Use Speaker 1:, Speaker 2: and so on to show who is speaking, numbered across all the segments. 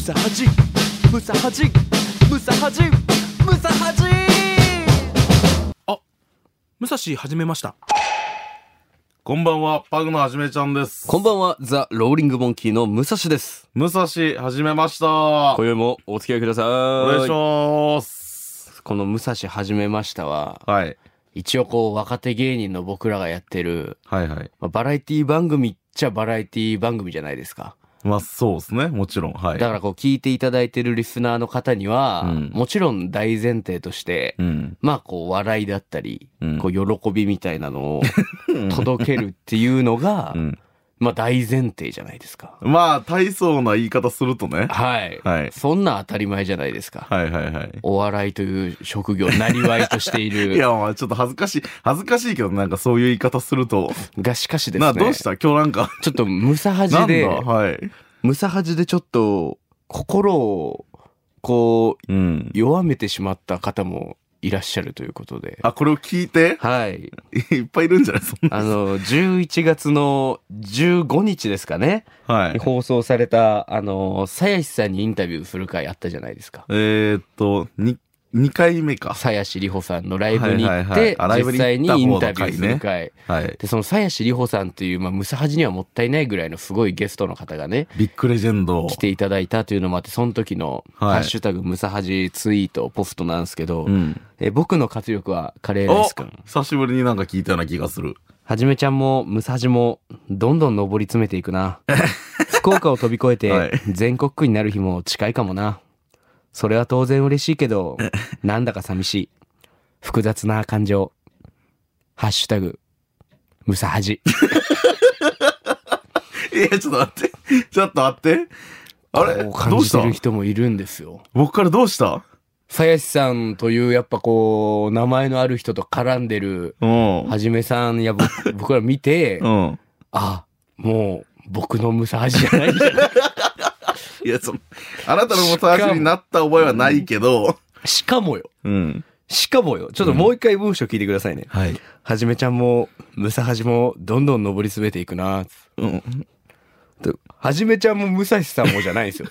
Speaker 1: サハジムサハジムサハジムサハジ
Speaker 2: 武蔵始めました
Speaker 3: こんばんは、パグのはじめちゃんです。
Speaker 4: こんばんは、ザ・ローリング・モンキーの武蔵です。
Speaker 3: 武蔵、はじめました。お
Speaker 4: 今宵もお付き合いください。
Speaker 3: 願いします。
Speaker 4: この武蔵始めましたは、
Speaker 3: はい。
Speaker 4: 一応こう若手芸人の僕らがやってる、
Speaker 3: はいはい。
Speaker 4: まあ、バラエティ番組っちゃバラエティ番組じゃないですか。
Speaker 3: まあ、そうですね。もちろん。はい。
Speaker 4: だからこう聞いていただいてるリスナーの方には、
Speaker 3: うん
Speaker 4: もちろん大前提として、
Speaker 3: うん。
Speaker 4: まあこう笑いだったり、
Speaker 3: うん
Speaker 4: こう喜びみたいなの を届けるっていうのが、
Speaker 3: うん。
Speaker 4: まあ大前提じゃないですか。
Speaker 3: まあ、大層な言い方するとね。
Speaker 4: はい。
Speaker 3: はい
Speaker 4: そんな当たり前じゃないですか。
Speaker 3: はいはいはい。
Speaker 4: お笑いという職業、なりわいとしてい
Speaker 3: い
Speaker 4: る。
Speaker 3: や、まあ、ちょっと恥ずかしい。恥ずかしいけど、なんかそういう言い方すると。
Speaker 4: がしかしです
Speaker 3: な
Speaker 4: ね。
Speaker 3: あ、どうした今日なんか。
Speaker 4: ちょっと、ムサハ
Speaker 3: な
Speaker 4: ジ
Speaker 3: んだ
Speaker 4: で、
Speaker 3: はい。
Speaker 4: ムサハジでちょっと、心を、こう、
Speaker 3: うん。
Speaker 4: 弱めてしまった方もいらっしゃるということで。
Speaker 3: あ、これを聞いて
Speaker 4: はい。
Speaker 3: いっぱいいるんじゃないそんな。
Speaker 4: あの、11月の15日ですかね。
Speaker 3: はい。
Speaker 4: 放送された、あの、さやしさんにインタビューする回あったじゃないですか。
Speaker 3: えー、っと、に、2回目か。
Speaker 4: さやしりほさんのライブに行っ
Speaker 3: はいはいはい
Speaker 4: て
Speaker 3: あライ、ブ
Speaker 4: 実
Speaker 3: に行った
Speaker 4: 際にインタビューす
Speaker 3: 方
Speaker 4: る
Speaker 3: の
Speaker 4: 回。
Speaker 3: はい。
Speaker 4: で、その鞘師里穂さんという、まあ、ムサハジにはもったいないぐらいのすごいゲストの方がね、
Speaker 3: ビッグレジェンド。
Speaker 4: 来ていただいたというのもあって、その時の、
Speaker 3: はい
Speaker 4: ハッシュタグムサハジツイート、ポストなんですけど、
Speaker 3: うん。
Speaker 4: え僕の活力はカレーライ
Speaker 3: お
Speaker 4: スくん。
Speaker 3: 久しぶりになんか聞いたような気がする。
Speaker 4: はじめちゃんもムサハジも、どんどん上り詰めていく な。福岡を飛び越え
Speaker 3: は
Speaker 4: て
Speaker 3: い、
Speaker 4: 全国区になる日も近いかもな。それは当然嬉しいけ ど、なんだか寂しい。複雑な感情。ハッシュタグ、ムサハジ。
Speaker 3: いや、ちょっと待って。 ちょっと待って。あれ
Speaker 4: こう感
Speaker 3: どう
Speaker 4: じ
Speaker 3: した
Speaker 4: てる人もいるんですよ。
Speaker 3: 僕からどうした
Speaker 4: さやしさんというやっぱこう名前のある人と絡んでる
Speaker 3: うん。
Speaker 4: はじめさんやぼ僕ら見て、
Speaker 3: うん。
Speaker 4: あもう僕のムサハジじゃないんじゃない
Speaker 3: いや、その、あなたのもたしになった覚えはないけど。
Speaker 4: しかもよ
Speaker 3: うん。
Speaker 4: しかもよちょっともう一回文章聞いてくださいね、
Speaker 3: はい。
Speaker 4: はじめちゃんもムサハジもどんどん上り詰めていくな
Speaker 3: うん。
Speaker 4: とはじめちゃんもムサシさんもじゃないん ですよ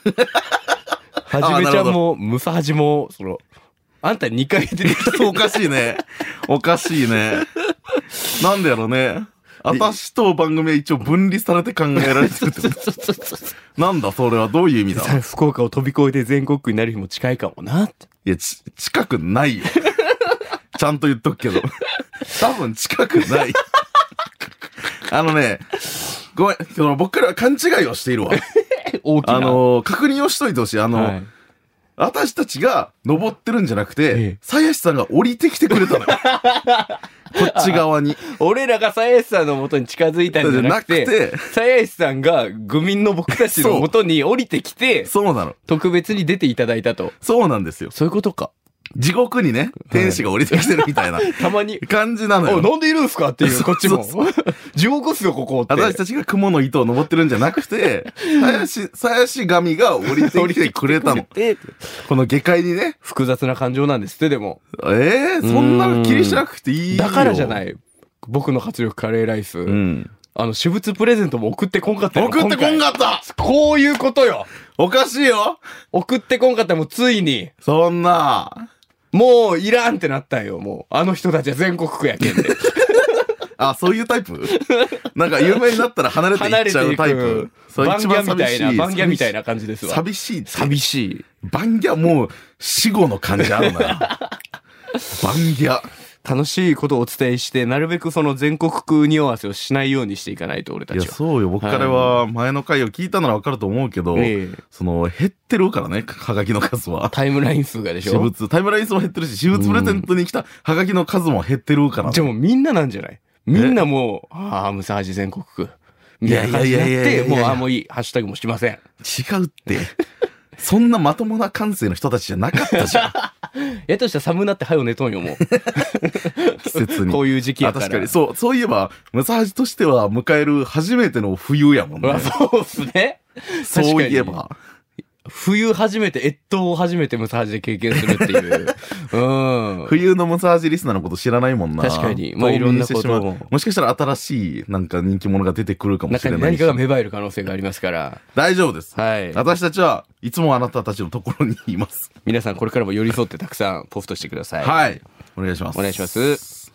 Speaker 4: はじめちゃんもムサハジもそのあんた2回出てきた
Speaker 3: おかしいね。おかしいね。なんでやろうね。私と番組は一応分離されて考えられてるってことなんだそれはどういう意味だ
Speaker 4: さ福岡を飛び越えて全国区になる日も近いかもなって
Speaker 3: いや、ち、近くない よ。ちゃんと言っとくけど。多分近く ない。あのね、ごめん、その僕らは勘違いをしているわ。
Speaker 4: 大きな
Speaker 3: あのー確認をしといてほしい。あの、
Speaker 4: はい
Speaker 3: 私たちが登ってるんじゃなく
Speaker 4: ええ
Speaker 3: て、鞘師さんが降りてきてく れたのよ。こっち側に。
Speaker 4: 俺らが鞘師さんの元に近づいたんじゃなく
Speaker 3: じ
Speaker 4: て
Speaker 3: ゃなくて
Speaker 4: 鞘師さんが愚民の僕たちの元に降りてきて
Speaker 3: そうなの。
Speaker 4: 特別に出ていただいたと
Speaker 3: そうなんですよ。
Speaker 4: そういうことか
Speaker 3: 地獄にね、天使が降りてきてるみたいな
Speaker 4: たまに
Speaker 3: 感じな
Speaker 4: 「
Speaker 3: の
Speaker 4: お
Speaker 3: よ。
Speaker 4: なんでいるんすか?」っていうこっちも 「地獄っすよここ」って
Speaker 3: 私たちが雲の糸を登ってるんじゃな くて、鞘師、鞘師神が降りてきてくれたの。
Speaker 4: で
Speaker 3: この下界にね。
Speaker 4: 複雑な感情なんですってでも
Speaker 3: ええそんな気にしなくていいよ。。
Speaker 4: だからじゃないい僕の活力カレーライス、
Speaker 3: うん。
Speaker 4: あの私物プレゼントも送ってこんかったよ
Speaker 3: 送ってこん
Speaker 4: 今
Speaker 3: かった
Speaker 4: 回こういうことよ
Speaker 3: おかしいよ
Speaker 4: 送ってこんかったもうついに
Speaker 3: そんな。
Speaker 4: もういらんってなったんよもうあの人たちは全国区やけん で
Speaker 3: あ、そういうタ イプなんか有名になったら離れて
Speaker 4: 離
Speaker 3: いっ
Speaker 4: れ
Speaker 3: ち
Speaker 4: て
Speaker 3: ゃう
Speaker 4: い
Speaker 3: タイ
Speaker 4: く
Speaker 3: プ。。それ
Speaker 4: バン
Speaker 3: 一
Speaker 4: ギ
Speaker 3: 番
Speaker 4: ャみ
Speaker 3: 寂
Speaker 4: た
Speaker 3: し
Speaker 4: い
Speaker 3: い。
Speaker 4: な、バンギャみたいな感じですわ。
Speaker 3: 寂しい。寂しい。
Speaker 4: 寂しい。
Speaker 3: バンギャもう死後の感じあ るな。バンギャ。
Speaker 4: 楽しいことをお伝えして、なるべくその全国区に合わせをしないようにしていかないと、俺た
Speaker 3: いや、
Speaker 4: ちは。
Speaker 3: そうよ。僕からは前の回を聞いたならわかると思うけど、
Speaker 4: ええ
Speaker 3: その、減ってるからね、はがきの数は。
Speaker 4: タイムライン数がでし
Speaker 3: 私
Speaker 4: ょ
Speaker 3: 物、タイムライン数も減ってるし、私物プレゼントに来たはがきの数も減ってるからね
Speaker 4: じゃあもうみんななんじゃないみんなもう、ああ、ムサハジ全国区。みたいな感じになっ
Speaker 3: いやいやいや
Speaker 4: て、
Speaker 3: いやい
Speaker 4: も
Speaker 3: や
Speaker 4: うああ、もういい。ハッシュタグもしません。
Speaker 3: 違うって。そんなまともな感性の人たちじゃなかったじ ゃん。
Speaker 4: やっとしたら寒なって早よ寝とんよ、も
Speaker 3: 季節
Speaker 4: う。
Speaker 3: に。
Speaker 4: こういう時期や
Speaker 3: あ
Speaker 4: から。
Speaker 3: 確かに。そう、そういえば、ムサハジとしては迎える初めての冬やもん
Speaker 4: う
Speaker 3: ね
Speaker 4: わ。そうっすね。
Speaker 3: そういえば。
Speaker 4: 冬初めて、越冬を初めてムサハジで経験するって いう。うん。
Speaker 3: 冬のムサハジリスナーのこと知らないもんな。
Speaker 4: 確かにまあ
Speaker 3: 冬
Speaker 4: いろんな
Speaker 3: 眠してしまう
Speaker 4: ことも
Speaker 3: もしかしたら新しいなんか人気者が出てくるかもし
Speaker 4: 中
Speaker 3: れ
Speaker 4: に
Speaker 3: ない
Speaker 4: 何
Speaker 3: し
Speaker 4: かが。芽生える可能性がありますから。
Speaker 3: 大丈夫です。
Speaker 4: はい。
Speaker 3: 私たちはいつもあなたたちのところにいます。
Speaker 4: 皆さんこれからも寄り添ってたくさんポストしてください。い。
Speaker 3: はい。お願いします。
Speaker 4: お願いします。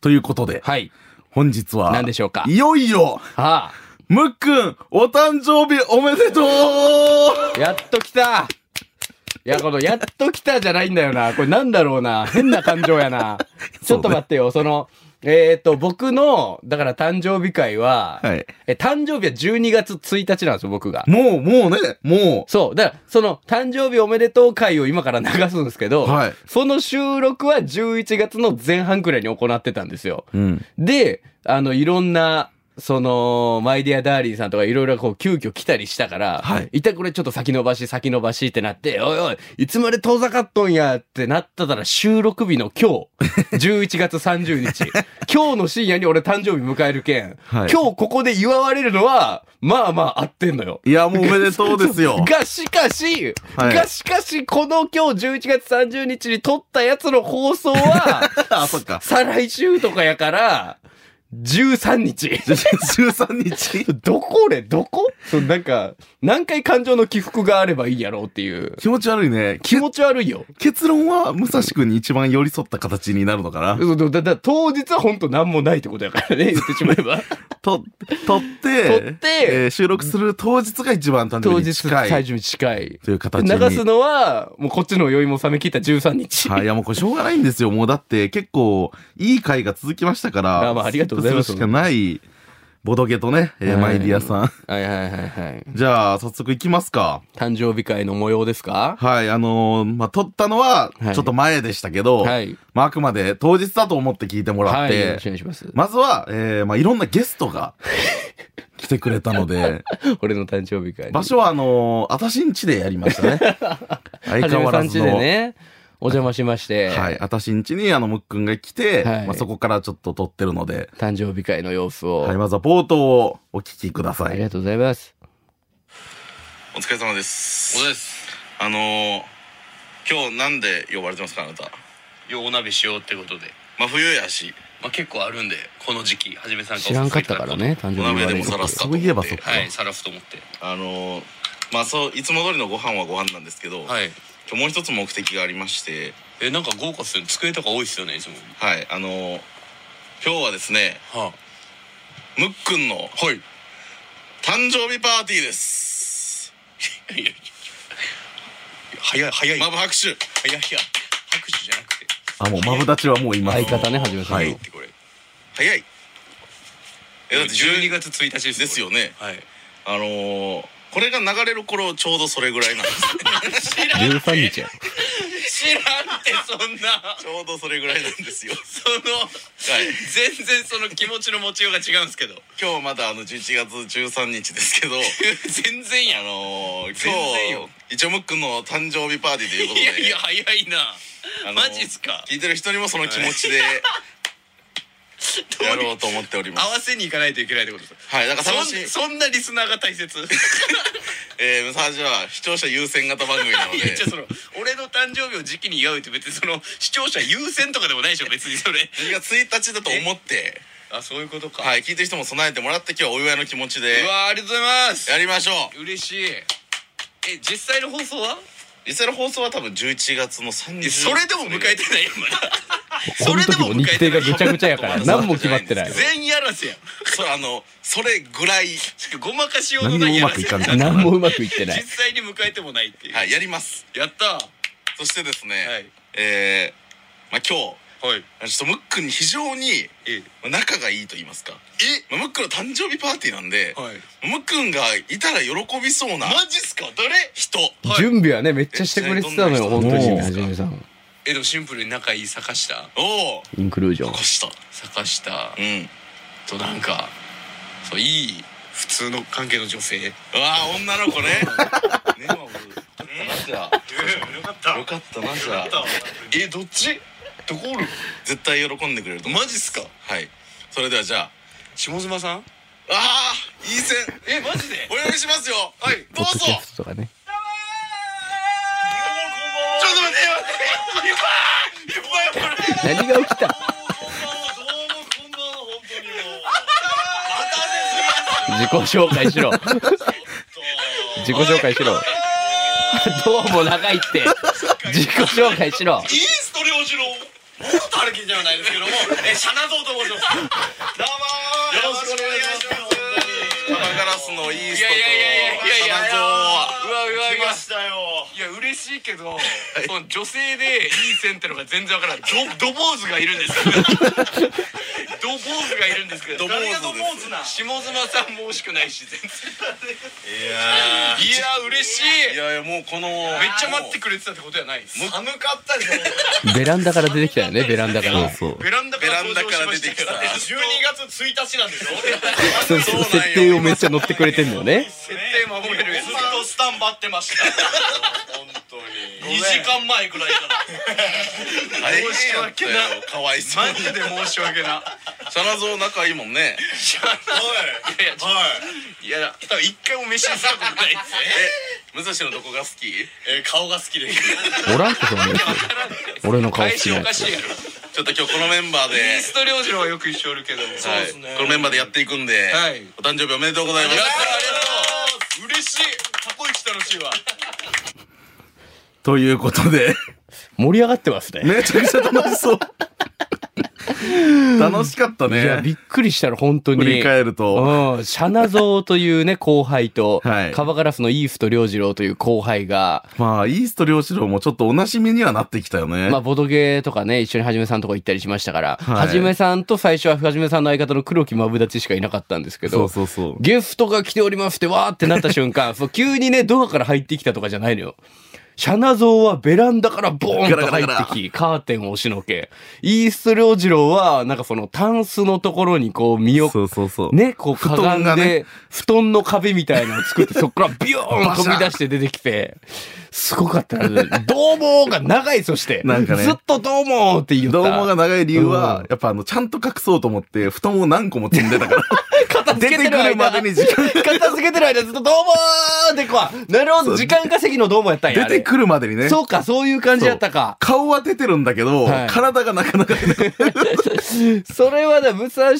Speaker 3: ということで、
Speaker 4: はい。
Speaker 3: 本日は、
Speaker 4: 何でしょうか
Speaker 3: いよいよ、
Speaker 4: は
Speaker 3: むっくん、お誕生日お めでとう
Speaker 4: あ、やっと来たいや、この、やっと来たじゃないんだよな。これなんだろうな。変な感情やな。ちょっと待ってよ。 その、えっ、と、僕の、だから誕生日会は、
Speaker 3: はい
Speaker 4: え誕生日は12月1日なんですよ、僕が。
Speaker 3: もう、もうね、も
Speaker 4: そう。だから、その、誕生日おめでとう会を今から流すんですけど、
Speaker 3: はい
Speaker 4: その収録は11月の前半くらいに行ってたんですよ。
Speaker 3: う、うん。
Speaker 4: で、あの、いろんな、その、マイディア・ダーリンさんとかいろいろこう、急遽来たりしたから、
Speaker 3: はい
Speaker 4: 一旦これちょっと先延ばし、先延ばしってなって、おいおい、いつまで遠ざかっとんやってなったたら収録日の今 日、11月30日、今日の深夜に俺誕生日迎えるけん、
Speaker 3: はい
Speaker 4: 今日ここで祝われるのは、まあまあ合ってんのよ。
Speaker 3: いや、もうおめでとうで すよ。
Speaker 4: がしかし、
Speaker 3: はい
Speaker 4: がしかし、この今日11月30日に撮ったやつの放送は、
Speaker 3: あ、そっか。
Speaker 4: 再来週とかやから、13日。
Speaker 3: 13日。
Speaker 4: どこれどこそうなんか、何回感情の起伏があればいいやろうっていう。
Speaker 3: 気持ち悪いね。
Speaker 4: 気
Speaker 3: け
Speaker 4: 持ち悪いよ。
Speaker 3: 結論は、武蔵くんに一番寄り添った形になるのかな。
Speaker 4: そうだだだ当日は本当何もないってことやからね、言ってしまえば。
Speaker 3: と、撮って、
Speaker 4: 撮って
Speaker 3: えー収録する当日が一番誕生
Speaker 4: 当
Speaker 3: 日に
Speaker 4: 日、
Speaker 3: 近
Speaker 4: 最
Speaker 3: い
Speaker 4: 初に近い。
Speaker 3: という形に。
Speaker 4: 流すのは、もうこっちの酔いも冷め切った13日。
Speaker 3: はい、いやもうこれしょうがないんですよ。もうだって結構いい回が続きましたから。
Speaker 4: あまあありがとうございます
Speaker 3: スキップるしかない、ボドゲとね、えー
Speaker 4: はい
Speaker 3: マイディアさん。
Speaker 4: はいはいはいはい。
Speaker 3: じゃあ、早速いきますか。
Speaker 4: 誕生日会の模様ですか
Speaker 3: はい、あのーまあ、撮ったのは
Speaker 4: は、い
Speaker 3: ちょっと前でしたけど、
Speaker 4: はい
Speaker 3: まあ、あくまで当日だと思って聞いてもらっ
Speaker 4: はい。よ
Speaker 3: て、
Speaker 4: ろしくお願いします。
Speaker 3: まずは、えーまあ、いろんなゲスト が来てくれたので、
Speaker 4: 俺の誕生日会に。
Speaker 3: 場所は、あのー、あたしんちでやりました ね。相
Speaker 4: はじ
Speaker 3: 変
Speaker 4: め
Speaker 3: わ
Speaker 4: さ
Speaker 3: ら
Speaker 4: ん
Speaker 3: ず
Speaker 4: ち
Speaker 3: の。
Speaker 4: でね、お邪魔しまして。
Speaker 3: はい、あたしんちに、あの、むっくんが来て、
Speaker 4: はい
Speaker 3: まあ、そこからちょっと撮ってるので、
Speaker 4: 誕生日会の様子を。
Speaker 3: はい、まずは冒頭をお聞きくださ
Speaker 4: あ
Speaker 3: い。
Speaker 4: りがとうございます。
Speaker 5: お疲れ様です。
Speaker 6: お疲れ様です
Speaker 5: あのー、今日なんで呼ばれてますかあなた。
Speaker 6: ようお鍋しようってことで、
Speaker 5: 真冬やし。
Speaker 6: まあ、結構あるんでこの時期はじめさん
Speaker 4: 知らんかったからね、誕生日
Speaker 5: お鍋
Speaker 4: 言わ
Speaker 5: で
Speaker 4: れ
Speaker 5: も
Speaker 4: る
Speaker 5: さらすかと思って
Speaker 3: そういえばそっか
Speaker 6: はいさらすと思って
Speaker 5: あのー、まあそういつも通りのご飯はご飯なんですけど、
Speaker 6: はい
Speaker 5: 今日もう一つ目的がありまして、
Speaker 6: えなんか豪華っすよね机とか多いっすよねいつも
Speaker 5: はいあのー、今日はですね
Speaker 6: は
Speaker 5: むっくんの
Speaker 6: あはいい
Speaker 5: 誕生日パーティーです。
Speaker 6: やいやいや早い早い、
Speaker 5: まぶ拍手。
Speaker 6: 早いや拍手じゃなくて
Speaker 3: あ、もう、マブダチはもう今。
Speaker 4: 相方ね、はじめさんの。
Speaker 3: は
Speaker 6: はいいってこれ
Speaker 5: 早い。えだって
Speaker 6: 12
Speaker 5: 12月
Speaker 6: 月1日です
Speaker 5: ですよね。
Speaker 6: はい
Speaker 5: あのー、これが流れる頃ちょうどそれぐらいなん です。
Speaker 6: 知らん
Speaker 4: 13日や。
Speaker 6: 知らんってそんな
Speaker 5: ちょうどそれぐらいなんですよ。
Speaker 6: その
Speaker 5: はい。
Speaker 6: 全然その気持ちの持ちようが違うんですけど
Speaker 5: 今日まだあの11月13日ですけど
Speaker 6: 全然や
Speaker 5: あのー、
Speaker 6: 全然よ
Speaker 5: 今日一応ムックンの誕生日パーティーということ
Speaker 6: い
Speaker 5: で
Speaker 6: やいや早いな、
Speaker 5: あの
Speaker 6: マジっすか
Speaker 5: 聞いてる人にもその気持ちで
Speaker 6: どう
Speaker 5: や
Speaker 6: に
Speaker 5: ろうと思っておりま
Speaker 6: 合
Speaker 5: す
Speaker 6: わせに行かないといけないってことです
Speaker 5: はいだから楽しい
Speaker 6: そんそんなリスナーが大切
Speaker 5: えー、ムサージは視聴者優先型番組なの
Speaker 6: い
Speaker 5: で
Speaker 6: やじゃあその俺の誕生日を時期に祝うって別にその 視聴者優先とかでもないでしょ別にそれ
Speaker 5: 12月1日だと思って
Speaker 6: あそういうことか、
Speaker 5: はい聞いてる人も備えてもらって今日はお祝いの気持ちで
Speaker 6: うわーありがとうございます
Speaker 5: やりましょう
Speaker 6: 嬉しいえ実際の放送は
Speaker 5: 実際の放送は多分11月の30
Speaker 6: え
Speaker 5: 日
Speaker 6: それでも迎えてないよまだ
Speaker 4: この時も日程がぐちゃぐちゃやから、
Speaker 5: それでも迎えてない
Speaker 4: 何も決まってない。
Speaker 6: 全員やらせや
Speaker 5: そうあのそれぐらい
Speaker 6: ごまかしようの
Speaker 3: 何
Speaker 6: ない
Speaker 3: にも
Speaker 6: や
Speaker 3: うま
Speaker 6: ら
Speaker 3: く
Speaker 6: せ
Speaker 3: い
Speaker 6: や
Speaker 3: かん
Speaker 6: 実
Speaker 3: かった。
Speaker 4: 何もうまくいってない。
Speaker 6: 際に迎えてもないっていう、
Speaker 5: はいやります
Speaker 6: やったは
Speaker 5: そしてですね、
Speaker 6: はい
Speaker 5: えー、まあ今日
Speaker 6: い
Speaker 5: ちょっとムックンに非常に
Speaker 6: え
Speaker 5: まあ仲がいいと言いますかえ、まあ、ムックンの誕生日パーティーなんで、
Speaker 6: はい
Speaker 5: ムックンがいたら喜びそうな
Speaker 6: マジっすか誰
Speaker 5: 人
Speaker 4: 準備はね、めっちゃしてくれてたのよ、本当
Speaker 3: もう
Speaker 4: に。はじめさん。
Speaker 6: えでもシンプルに仲いい坂下
Speaker 5: を
Speaker 4: インクルージョン
Speaker 5: 残。した
Speaker 6: 坂下
Speaker 5: うん
Speaker 6: となんかそういい普通の関係の女性よ
Speaker 5: うわあ女の 子ねねまあじゃ
Speaker 6: かった
Speaker 5: あよかったなじゃあ
Speaker 6: えどっちどこおる
Speaker 5: 絶対喜んでくれると思う
Speaker 6: マジっすか
Speaker 5: はいそれではじゃあ
Speaker 6: 下妻さん
Speaker 5: ああいい線
Speaker 6: えマジで
Speaker 5: お呼びしますよはい
Speaker 4: ポ
Speaker 5: どう
Speaker 4: ッドキャ
Speaker 5: ぞ
Speaker 4: ストとかね。
Speaker 6: どうもいっぱいほらどうも
Speaker 4: 何が起きた
Speaker 6: こんばんは本当にもうま
Speaker 4: 自己紹介しろ。自己紹介しろ。どうも長いって。自己紹介しろ
Speaker 6: た。ですイースト領主の元歩きじゃないですけどもえシャナゾウと申しますどうもよろしくお願いします
Speaker 5: カナガラスのイー
Speaker 6: い
Speaker 5: スト
Speaker 6: や
Speaker 5: と
Speaker 6: いやいやいやいや
Speaker 5: シャ
Speaker 6: いや
Speaker 5: ナゾウは
Speaker 6: うわうわう
Speaker 5: 来
Speaker 6: わ
Speaker 5: ましたよ
Speaker 6: いや嬉しいけど、その女性でいい線ってのが全然わからない。ドドボーズがいるんですよ。ドボーズがいるんですけど。
Speaker 5: ドボーズです
Speaker 6: です。下妻さんも惜しくないし全然。
Speaker 5: いや
Speaker 6: いや嬉し
Speaker 5: ーい
Speaker 6: い。
Speaker 5: やいやもうこの
Speaker 6: めっちゃ待ってくれてたってことじゃないです。
Speaker 5: 寒かったですよ
Speaker 4: ベランダから出てきたよね、ベランダから。
Speaker 3: そう
Speaker 6: ベランダか
Speaker 5: ベ
Speaker 6: ら
Speaker 5: ランダから
Speaker 6: 登場
Speaker 5: 出
Speaker 6: してま
Speaker 5: きた
Speaker 6: したよ。
Speaker 5: 12月1日 なんですよ
Speaker 4: そうそう設定をめっちゃ乗ってくれてんだよね。
Speaker 6: 設定守れる。
Speaker 5: ずっとスタンバってました本当に2時間前くらいから大変やったよかわいそう
Speaker 6: マジで申し訳な。
Speaker 5: シャナゾウ仲いいもんね
Speaker 6: いやいやちょ
Speaker 5: はい
Speaker 6: いや多分一回も飯にしたことないです。
Speaker 5: え武蔵のどこが好きえ顔が好きです
Speaker 4: おらんってそんなやつ俺の顔好
Speaker 6: 返
Speaker 4: き
Speaker 6: し
Speaker 4: な
Speaker 6: お
Speaker 4: や
Speaker 6: か
Speaker 4: つ
Speaker 6: しいやろ。
Speaker 5: ちょっと今日このメンバーで
Speaker 6: イースト領事はよく一緒おるけど。そう
Speaker 5: はいこのメンバーでやっていくんで
Speaker 6: はい
Speaker 5: お誕生日おめでとうございます
Speaker 6: やったありがとう嬉しい過去一楽しいわ
Speaker 3: ということで、
Speaker 4: 盛り上がってますね。
Speaker 3: めちゃくちゃ楽しそう。 楽しかった
Speaker 4: いや、
Speaker 3: ね。
Speaker 4: びっくりしたら本当に。
Speaker 3: 振り返ると。
Speaker 4: うん、シャナゾウというね、後輩と、
Speaker 3: はい
Speaker 4: カバガラスのイースト良次郎という後輩が、
Speaker 3: まあ、イースト良志郎もちょっとおなじみにはなってきたよね
Speaker 4: まあ、。ボドゲーとかね、一緒にはじめさんとこ行ったりしましたから、
Speaker 3: はい
Speaker 4: はじめさんと最初ははじめさんの相方の黒木まぶだちしかいなかったんですけ
Speaker 3: そ
Speaker 4: ど
Speaker 3: う、そうそう。
Speaker 4: ゲストが来ておりますってわーってなった瞬間、そう 急にね、ドアから入ってきたとかじゃないのよ。シャナゾウはベランダからボーンと入ってき、カーテンを押しのけ、イースト良次郎は、なんかそのタンスのところにこう身を
Speaker 3: そうそうそう。
Speaker 4: ね、こう、
Speaker 3: 布
Speaker 4: か
Speaker 3: 団
Speaker 4: がん
Speaker 3: が
Speaker 4: で
Speaker 3: ね、
Speaker 4: 布団の壁みたいなのを作って、そっからビヨーン
Speaker 3: バシャ
Speaker 4: 飛
Speaker 3: ー
Speaker 4: び出して出てきて、すごかったな。どうもーが長い、そして。
Speaker 3: なんかね
Speaker 4: ずっとどうもーって言った。
Speaker 3: どうもが長い理由
Speaker 4: う
Speaker 3: は
Speaker 4: ん、
Speaker 3: やっぱあの、ちゃんと隠そうと思って、布団を何個も積んでたから。
Speaker 4: 片付けてる間
Speaker 3: 出てくるまでに時間
Speaker 4: 片付けてる間ずっとどうもーってこう、なるほ
Speaker 3: そ
Speaker 4: ど、
Speaker 3: う
Speaker 4: 時間稼ぎのどうもやったんや。
Speaker 3: 出
Speaker 4: あれ
Speaker 3: てくるまでにね。
Speaker 4: そうか、そういう感じやったか。
Speaker 3: 顔は出てるんだけど、
Speaker 4: はい
Speaker 3: 体がなかなか出てこない
Speaker 4: それはだ、武蔵の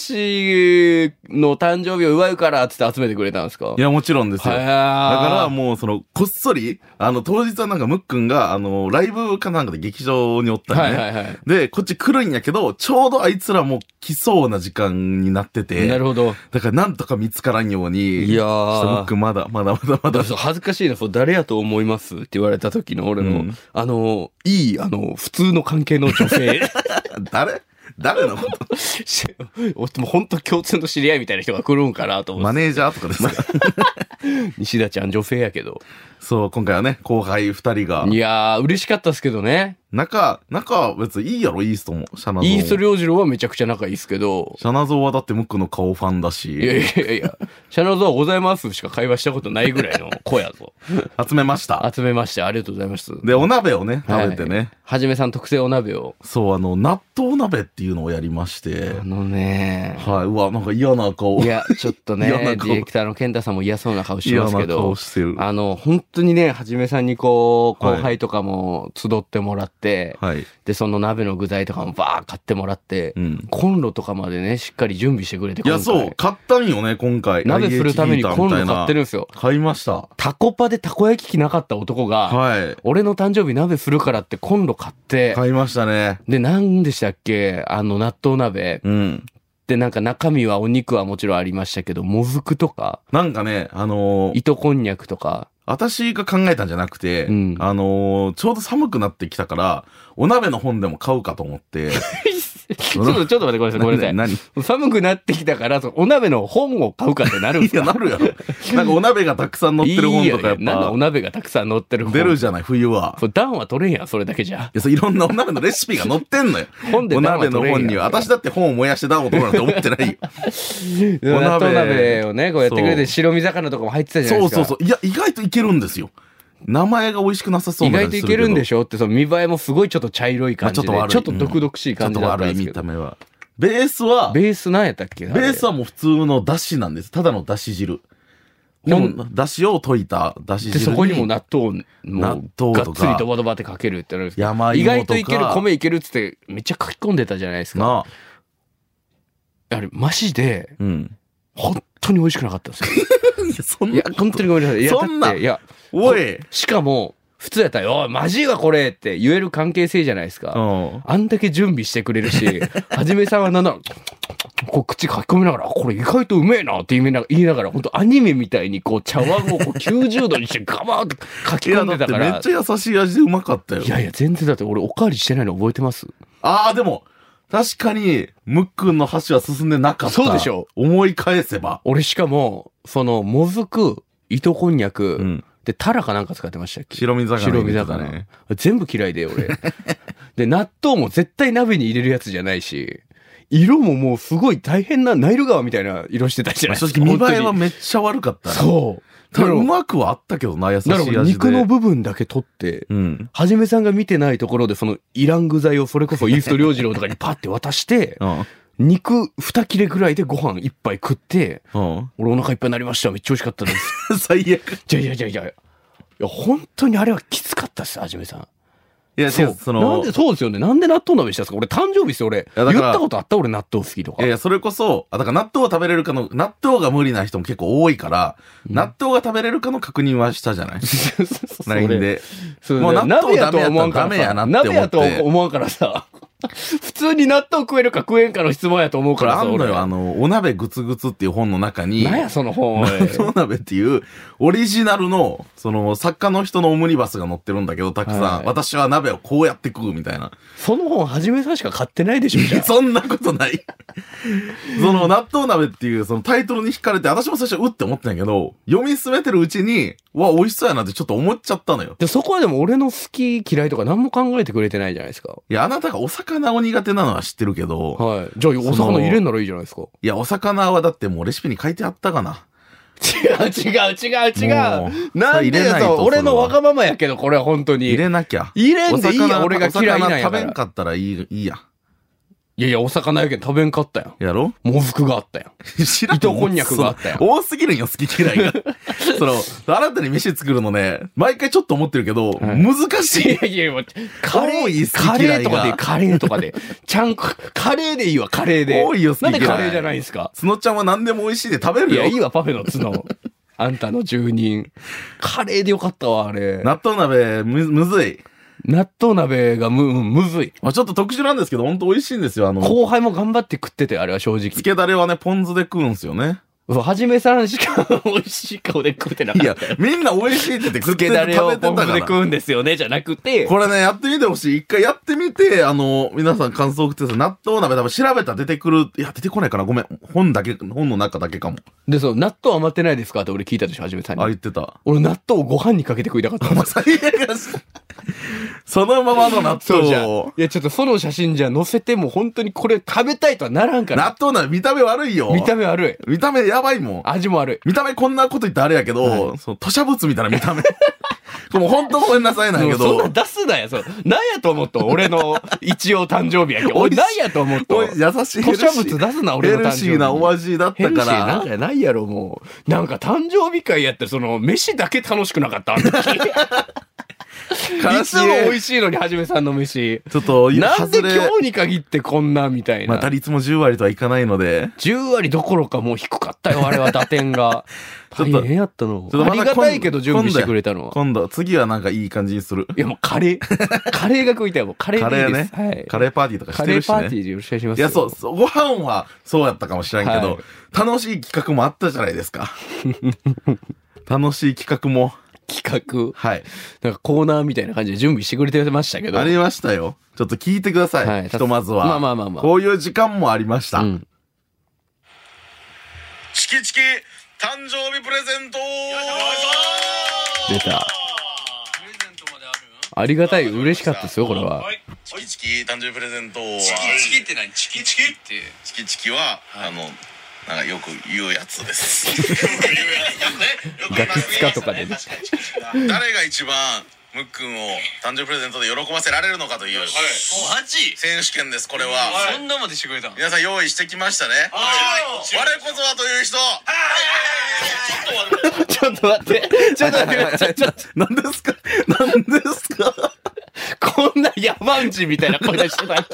Speaker 4: 誕生日を祝うからってって集めてくれたんですか
Speaker 3: いや、もちろんですよ。
Speaker 4: は
Speaker 3: だ
Speaker 4: い
Speaker 3: からもう、その、こっそり、あの、当日はなんか、むっくんが、あの、ライブかなんかで劇場におったん
Speaker 4: はい
Speaker 3: ね。
Speaker 4: はいはい。
Speaker 3: で、こっち来るんやけど、ちょうどあいつらもう来そうな時間になってて。
Speaker 4: なるほど。
Speaker 3: だから、なんとか見つからんように。
Speaker 4: いやー
Speaker 3: ちょっとむっくんまだ、まだまだまだ。
Speaker 4: そう恥ずかしいな、そう誰やと思いますって言われた時の俺の、
Speaker 3: うん
Speaker 4: あの、いい、あの、普通の関係の女性、
Speaker 3: 誰誰のこと
Speaker 4: しおもう本当共通の知り合いみたいな人が来るんかなと思っ
Speaker 3: マ
Speaker 4: て、
Speaker 3: ネージャーとかですか
Speaker 4: 西田ちゃん女性やけど。
Speaker 3: そう、今回はね、後輩二人が
Speaker 4: い。やー、嬉しかったですけどね。
Speaker 3: 仲、仲は別にいいやろ、イーストも。シャナゾウも。
Speaker 4: イースト良次郎はめちゃくちゃ仲いいですけど、
Speaker 3: シャナゾウはだってムックの顔ファンだ し。
Speaker 4: いやいやいやいや、シャノゾはございますしか会話したことないぐらい の子やぞ。
Speaker 3: 集めました。
Speaker 4: 集めましてありがとうございます。
Speaker 3: で、お鍋をね、食べてね。
Speaker 4: はい。はじめさん特製お鍋を。
Speaker 3: そう、あの、納豆鍋っていうのをやりまして。
Speaker 4: あのね
Speaker 3: はい、うわ、なんか嫌な顔。
Speaker 4: いや、ちょっとね、デ
Speaker 3: 嫌な顔
Speaker 4: ィレクターの健太さんも嫌そうな顔して
Speaker 3: 嫌
Speaker 4: ますけ
Speaker 3: な
Speaker 4: ど
Speaker 3: 顔、してる。
Speaker 4: あの、本当にね、はじめさんにこう、後
Speaker 3: はい
Speaker 4: 輩とかも集ってもらって、
Speaker 3: はい。
Speaker 4: で、その鍋の具材とかもバー買ってもらって、
Speaker 3: うん。
Speaker 4: コンロとかまでね、しっかり準備してくれて、
Speaker 3: いや、
Speaker 4: 今
Speaker 3: そ
Speaker 4: 回
Speaker 3: う、買ったんよね、今回。
Speaker 4: 鍋するためにコンロ買ってるん
Speaker 3: る。
Speaker 4: ですよ。
Speaker 3: 買いました。
Speaker 4: タコパでたこ焼き器なかった男が、
Speaker 3: は
Speaker 4: 俺の誕生日鍋するからってコンロ買っ
Speaker 3: い。
Speaker 4: て、
Speaker 3: 買いましたね。
Speaker 4: で、何でしたっけあの、納豆鍋。
Speaker 3: うん。
Speaker 4: で、なんか中身はお肉はもちろんありましたけど、もずくとか、
Speaker 3: なんかね、あのー
Speaker 4: 糸こんにゃくとか、
Speaker 3: 私が考えたんじゃなくて、
Speaker 4: うん
Speaker 3: あのーちょうど寒くなってきたから、お鍋の本でも買うかと思って。
Speaker 4: ちょっと、ちょっと待ってくださ い、ごめんなさい。
Speaker 3: 何
Speaker 4: 寒くなってきたから、そのお鍋の本を買うかってなるんで
Speaker 3: い
Speaker 4: す
Speaker 3: や、
Speaker 4: か
Speaker 3: なるやろ。なんかお鍋がたくさん載ってる本とかやっ
Speaker 4: いいよいいよなんだお
Speaker 3: ぱ
Speaker 4: 鍋がたくさん載ってる本。
Speaker 3: 出るじゃない、冬は。
Speaker 4: そう暖は取れんやん、それだけじゃ。
Speaker 3: いや、そういろんなお鍋のレシピが載ってんのよ。
Speaker 4: 本で
Speaker 3: お
Speaker 4: 暖は
Speaker 3: 鍋の
Speaker 4: 取れんやん
Speaker 3: 本には。私だって本を燃やして暖を取るなんて思っ てないよ。
Speaker 4: お
Speaker 3: お
Speaker 4: 鍋
Speaker 3: 鍋
Speaker 4: 鍋をね、こうやってくれ
Speaker 3: そ
Speaker 4: て、
Speaker 3: う
Speaker 4: 白身魚とかも入ってたじゃない
Speaker 3: そ
Speaker 4: で
Speaker 3: う
Speaker 4: すか。
Speaker 3: そうそう。いや、意外といけるんですよ。名前が美味しくなさそう
Speaker 4: 意
Speaker 3: な
Speaker 4: 外といけるんで
Speaker 3: ょ
Speaker 4: しょって、その見栄えもすごいちょっと茶色い
Speaker 3: まあ
Speaker 4: 感
Speaker 3: ち
Speaker 4: じ
Speaker 3: ょっ
Speaker 4: で、
Speaker 3: と悪い。
Speaker 4: ちょっと毒々しい感じ
Speaker 3: うんち
Speaker 4: だ
Speaker 3: ょ
Speaker 4: っ
Speaker 3: った
Speaker 4: ん
Speaker 3: と悪
Speaker 4: で
Speaker 3: い
Speaker 4: す
Speaker 3: 見
Speaker 4: け
Speaker 3: た
Speaker 4: ど。
Speaker 3: 目は。ベースは、
Speaker 4: ベースなんやったっけ
Speaker 3: ベース
Speaker 4: は
Speaker 3: はもう普通のだしなんです。ただのだし汁。
Speaker 4: でも
Speaker 3: ほんだしを溶いただし
Speaker 4: で、
Speaker 3: 汁
Speaker 4: そこにも納豆も
Speaker 3: 納
Speaker 4: う
Speaker 3: 豆
Speaker 4: がっ
Speaker 3: と
Speaker 4: つ
Speaker 3: か
Speaker 4: りドバドバってかけるってなるんですけど
Speaker 3: 山
Speaker 4: 意
Speaker 3: 芋とか
Speaker 4: 外といける、米いけるっつって、めっちゃ書き込んでたじゃないですか。
Speaker 3: なあ
Speaker 4: あれ、マジで、
Speaker 3: うん
Speaker 4: 本当に美味しくなかったんですよ。
Speaker 3: いやそん
Speaker 4: いや、本当にごめんなさい。いや、
Speaker 3: そんな
Speaker 4: だっていや、
Speaker 3: おい
Speaker 4: しかも、普通やったら、おい、マジかこれって言える関係性じゃないですか。
Speaker 3: うん
Speaker 4: あんだけ準備してくれる し、はじめさんはなんだろう、こう口書き込みながら、これ意外とうめえなって言いながら、言いながら、本当アニメみたいにこう茶碗をこう90度にしてガバーって書
Speaker 3: い
Speaker 4: き込
Speaker 3: や
Speaker 4: ん
Speaker 3: だ
Speaker 4: で
Speaker 3: ったて
Speaker 4: か
Speaker 3: めっ
Speaker 4: ら。
Speaker 3: ちゃ優しい味でうまかったよ
Speaker 4: いやいや、全然だって俺おかわりしてないの覚えてます
Speaker 3: ああでも確かにムックンの箸は進んでなかった
Speaker 4: そうでしょ
Speaker 3: 思い返せば
Speaker 4: 俺しかも、その、もずく、糸こんにゃく、
Speaker 3: うん
Speaker 4: で、タラかなんか使ってましたっけ
Speaker 3: 白身魚
Speaker 4: 白身
Speaker 3: 入れてた
Speaker 4: 魚
Speaker 3: ね。
Speaker 4: 全部嫌いで、 俺。で、納豆も絶対鍋に入れるやつじゃないし、色ももうすごい大変なナイル川みたいな色してたじゃ
Speaker 3: ま
Speaker 4: な
Speaker 3: あ
Speaker 4: いで
Speaker 3: 正
Speaker 4: すか。
Speaker 3: 直見栄えは
Speaker 4: 本
Speaker 3: めっちゃ悪かった
Speaker 4: 当
Speaker 3: ね
Speaker 4: にそう。
Speaker 3: た
Speaker 4: だ
Speaker 3: だ
Speaker 4: か
Speaker 3: う
Speaker 4: ら
Speaker 3: まくはあったけどな優しい
Speaker 4: だ
Speaker 3: 味
Speaker 4: か
Speaker 3: で
Speaker 4: ら肉の部分だけ取って、
Speaker 3: うん
Speaker 4: はじめさんが見てないところでそのイラン具材をそれ こそイースト良次郎とかにパッて渡して、
Speaker 3: うん
Speaker 4: 肉2切れぐらいでご飯一杯食って、
Speaker 3: うん
Speaker 4: 俺お腹いっぱいになりました。めっちゃ美味しかった です。
Speaker 3: 最悪
Speaker 4: いやいやいやいや。いや、本当にあれはきつかったっす、はじめさん。
Speaker 3: いや
Speaker 4: そ
Speaker 3: そううそ
Speaker 4: なん
Speaker 3: の
Speaker 4: で、そうですよね。なんで納豆鍋したんですか俺誕生日ですよ、俺。
Speaker 3: や
Speaker 4: 言っ
Speaker 3: だから
Speaker 4: たことあった俺納豆好きと
Speaker 3: い
Speaker 4: か。
Speaker 3: やいや、それこそ、あ、だから納豆を食べれるかの、納豆が無理な人も結構多いから、納豆が食べれるかの確認はしたじゃな い
Speaker 4: そうそうそう
Speaker 3: ?LINE で。
Speaker 4: それ
Speaker 3: もう納豆
Speaker 4: 鍋やとは思わんから
Speaker 3: ダメや
Speaker 4: さ。
Speaker 3: なっ
Speaker 4: 鍋
Speaker 3: て思
Speaker 4: や
Speaker 3: って
Speaker 4: とは思わんからさ。 普通に納豆食えるか食えんかの質問やと思う
Speaker 3: こ
Speaker 4: か
Speaker 3: れ
Speaker 4: らさ。
Speaker 3: あんの
Speaker 4: 俺
Speaker 3: よ、あの、お鍋ぐつぐつっていう本の中に、
Speaker 4: なんや、その本、おい。
Speaker 3: お鍋っていう、オリジナルの、その、作家の人のオムニバスが載ってるんだけど、たくさん、
Speaker 4: はい
Speaker 3: 私は鍋をこうやって食うみたいな。
Speaker 4: その本、はじめさんしか買ってないでしょ、じゃあ
Speaker 3: そんなことない。 その、納豆鍋っていう、そのタイトルに惹かれて、私も最初、うって思ってたんやけど、読み進めてるうちに、うわ、美味しそうやなってちょっと思っちゃったのよ。
Speaker 4: で、そこはでも俺の好き嫌いとか何も考えてくれてないじゃないですか。
Speaker 3: いや、あなたがお魚を苦手なのは知ってるけど、
Speaker 4: はい。じゃあ、お魚入れんならいいじゃないですか。
Speaker 3: いや、お魚はだってもうレシピに書いてあったかな。
Speaker 4: 違う違う違う違
Speaker 3: も
Speaker 4: う
Speaker 3: う
Speaker 4: なんで
Speaker 3: それ入れない
Speaker 4: よ
Speaker 3: とそれは
Speaker 4: 俺のわがままやけどこれは本当に
Speaker 3: 入
Speaker 4: 入
Speaker 3: れなきゃ。
Speaker 4: れんでいいや俺が嫌いなんや
Speaker 3: お魚食
Speaker 4: か
Speaker 3: べ
Speaker 4: ら
Speaker 3: んかったらいい、いいや。
Speaker 4: いやいやお魚やけん食べんかったやん
Speaker 3: や ろ
Speaker 4: もずくがあったやん
Speaker 3: 知らん
Speaker 4: 糸こんにゃくがあったよ
Speaker 3: そう多すぎるんよ、好き嫌 いが。その、あなたに飯作るのね、毎回ちょっと思ってるけど、
Speaker 4: はい
Speaker 3: 難し
Speaker 4: い
Speaker 3: い。
Speaker 4: やいやもうカレ
Speaker 3: 多い
Speaker 4: ー
Speaker 3: 好き嫌
Speaker 4: カ
Speaker 3: いが
Speaker 4: レーとかでカレーとかでちゃんこカレーでいいわカレーで
Speaker 3: 多いよ好き
Speaker 4: なん
Speaker 3: 嫌い
Speaker 4: でカレーじゃないですか
Speaker 3: つのちゃんは何でも美味しいで
Speaker 4: い
Speaker 3: 食べるよ。
Speaker 4: やいいわパフェの角あんたの住人カレーでよかったわあれ
Speaker 3: 納豆鍋、む、むずい。
Speaker 4: 納豆鍋がむむずい
Speaker 3: まあ、ちょっと特殊なんですけど、ほんと美味しいんですよ。あの、
Speaker 4: 後輩も頑張って食っててあれは正直
Speaker 3: 漬けだれはね、ポン酢で食うんすよね。
Speaker 4: そう、はじめさんしか美味しい顔で食ってなかっ
Speaker 3: い
Speaker 4: た。
Speaker 3: や、みんな美味しいって言って食
Speaker 4: つ
Speaker 3: って
Speaker 4: け
Speaker 3: 食
Speaker 4: だ
Speaker 3: べて
Speaker 4: れを
Speaker 3: た
Speaker 4: ポン
Speaker 3: か
Speaker 4: 酢で
Speaker 3: ら
Speaker 4: 食。うんですよね、じゃなくて、
Speaker 3: これね、やってみてほしい。一回やってみて、あの、皆さん感想送ってください納豆鍋多分調べたら出てくる。いや、出てこないかな。ごめん。本だけ、本の中だけかも。
Speaker 4: で、その、納豆余ってないですかって俺聞いたでしょ、はじめさん
Speaker 3: あ、
Speaker 4: に。
Speaker 3: 言ってた。
Speaker 4: 俺、納豆をご飯にかけて食いたかった
Speaker 3: お。前最悪だしそのままの納
Speaker 4: そうじゃん。
Speaker 3: 豆
Speaker 4: い
Speaker 3: を。
Speaker 4: や、ちょっとその写真じゃ載せても本当にこれ食べたいとはならんから。
Speaker 3: 納豆鍋見た目悪いよ。
Speaker 4: 見た目悪い。
Speaker 3: 見た目やばいもん。
Speaker 4: 味も悪い。
Speaker 3: 見た目こんなこと言ったらあれやけど、その吐砂物みたいな見た目。これもう本当ごめんなさいなんやけ
Speaker 4: そんな
Speaker 3: ど
Speaker 4: ん。出すなよ、そう。なんやと思った俺の一応誕生日 やけど。俺、なんやと思った
Speaker 3: おい優しい。
Speaker 4: 吐砂物出すな、俺
Speaker 3: ヘ
Speaker 4: の誕生
Speaker 3: ル
Speaker 4: 日
Speaker 3: シ
Speaker 4: に。
Speaker 3: ーなお味だっ
Speaker 4: ヘ
Speaker 3: た
Speaker 4: ルシ
Speaker 3: か
Speaker 4: ーなん
Speaker 3: ら。
Speaker 4: かないやろ、もう。なんか誕生日会やって、その、飯だけ楽しくなかった、あの時い
Speaker 3: 悲し
Speaker 4: つも美
Speaker 3: い。
Speaker 4: 味しいのに、はじめさんの飯。
Speaker 3: ちょっと、
Speaker 4: なんで
Speaker 3: 外れ
Speaker 4: 今日に限ってこんな、みたい
Speaker 3: ま
Speaker 4: な。
Speaker 3: あ、打率も10割とはいかないので。
Speaker 4: 10割どころかもう低かったよ、あれは打点 が。
Speaker 3: ちょっ
Speaker 4: 大
Speaker 3: と
Speaker 4: 変やったの
Speaker 3: ちょっ。と
Speaker 4: あ
Speaker 3: また
Speaker 4: りが
Speaker 3: 今
Speaker 4: たいけど準備してくれたのは。
Speaker 3: 今度、次はなんかいい感じにする。
Speaker 4: いや、もうカレ ー。カレーが食いたい、もうカレー
Speaker 3: カ
Speaker 4: で
Speaker 3: レ
Speaker 4: い
Speaker 3: ー
Speaker 4: いで
Speaker 3: ね
Speaker 4: す。はい。。
Speaker 3: カレーパーティーとかし
Speaker 4: カ
Speaker 3: て
Speaker 4: レ
Speaker 3: る
Speaker 4: ー
Speaker 3: し
Speaker 4: パーテ
Speaker 3: ね。
Speaker 4: ィーでよろしくお願いします
Speaker 3: い
Speaker 4: よ。
Speaker 3: や、そう、そうご飯はそうやったかもしれんけど、
Speaker 4: はい
Speaker 3: 楽しい企画もあったじゃないで すか。楽しい企画も、
Speaker 4: 企画。
Speaker 3: はい、
Speaker 4: なんかコーナーみたいな感じで準備してくれてましたけど。
Speaker 3: ありましたよ。ちょっと聞いてください。
Speaker 4: はい
Speaker 3: ひとまずは。
Speaker 4: まあまあまあまあ
Speaker 3: こういう時間もありました。
Speaker 4: うん。
Speaker 5: チキチキ誕生日プレゼント
Speaker 4: 出た。
Speaker 6: プレゼントまである
Speaker 4: ありがたい、嬉しかったですよ、これは。
Speaker 5: チキチキ誕生日プレゼントは
Speaker 6: チキチキって何チキチキって
Speaker 5: チキチキは、あの、なんかよく言うやつ です。
Speaker 4: ガキツカとかでね
Speaker 5: 誰が一番、ムックンを誕生日プレゼントで喜ばせられるのかという
Speaker 6: マジ
Speaker 5: 選手権です、これは。
Speaker 6: そんなまでしてくれたの
Speaker 5: 皆さん用意してきましたね。我こそはという人。
Speaker 4: ちょっと待って。ちょっと待ってください。 ちょっ
Speaker 3: 何ですか何ですか
Speaker 4: と、こんな山内みたいな声してた。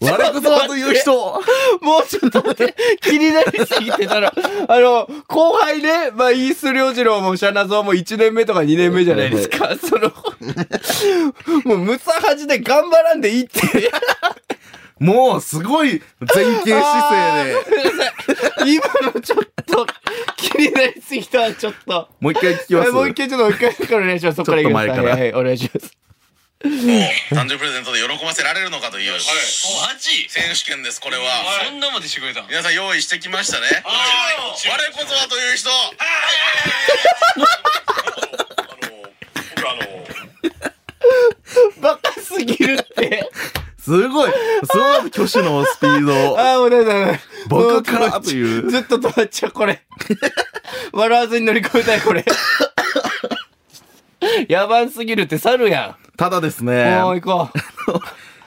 Speaker 3: 我こそはという人
Speaker 4: もうちょっと待って、気になりすぎてたら、 あの、後輩ね、まあ、イースリョジローもシャナゾウも1年目とか2年目じゃないですか。その、 もうムサハジで頑張らんでいいって。
Speaker 3: もうすごい前傾姿勢で。
Speaker 4: 今のちょっと、気になりすぎたわちょっと。
Speaker 3: もう一回聞きま
Speaker 4: は
Speaker 3: す
Speaker 4: いもう一回ちょっともう一回だからお願いします。そこからいきます。
Speaker 3: ちょっと前か
Speaker 4: は
Speaker 3: ら
Speaker 4: い、はいお願いします。
Speaker 7: 誕生日プレゼントで喜ばせられるのかという
Speaker 5: マジ
Speaker 7: 選手権ですこれは、
Speaker 6: そんなまでしてくれたの
Speaker 7: 皆さん用意してきましたね我
Speaker 6: はい
Speaker 7: こそはという人
Speaker 6: 僕あの
Speaker 4: バカすぎるって。
Speaker 3: すごいその挙手のスピー ド
Speaker 4: ああ、もうダメだめ。
Speaker 3: 僕からという
Speaker 4: もずっと止まっちゃう、これ。笑わずに乗り越えたい、これ。やばすぎるって猿や
Speaker 3: ただです
Speaker 4: ん。
Speaker 3: ね
Speaker 4: もう行こう。